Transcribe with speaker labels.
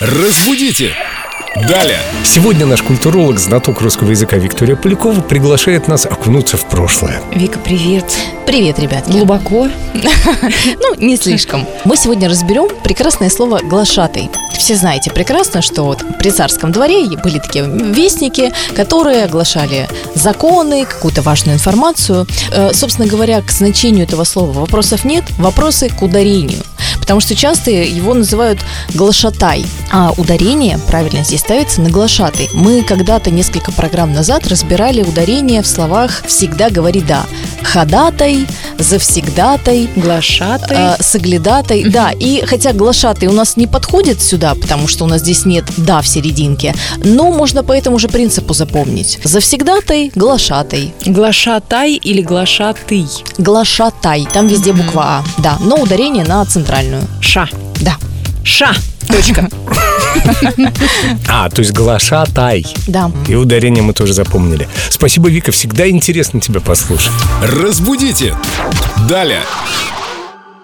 Speaker 1: Разбудите! Далее!
Speaker 2: Сегодня наш культуролог, знаток русского языка Виктория Полякова приглашает нас окунуться в прошлое.
Speaker 3: Вика, привет.
Speaker 4: Привет, ребятки.
Speaker 3: Глубоко.
Speaker 4: Ну, не слишком. Мы сегодня разберем прекрасное слово «глашатый». Все знаете прекрасно, что вот при царском дворе были такие вестники, которые оглашали законы, какую-то важную информацию. Э, Собственно говоря, к значению этого слова вопросов нет, вопросы к ударению. Потому что часто его называют глашатай, а ударение правильно здесь ставится на глашатый. Мы когда-то несколько программ назад разбирали ударение в словах «всегда говори да». Ходатай, завсегдатай,
Speaker 3: Глашатый.
Speaker 4: э, соглядатай, да. И хотя глашатый у нас не подходит сюда, потому что у нас здесь нет «да» в серединке, но можно по этому же принципу запомнить. Завсегдатай, глашатай,
Speaker 3: Глашатай или глашатый.
Speaker 4: глашатай. Там везде буква «а», да, но ударение на центральную.
Speaker 3: Ша.
Speaker 4: Да,
Speaker 3: Ша. Точка.
Speaker 2: А, то есть глашатай.
Speaker 4: да.
Speaker 2: И ударение мы тоже запомнили. Спасибо, Вика, всегда интересно тебя послушать.
Speaker 1: Разбудите! Далее!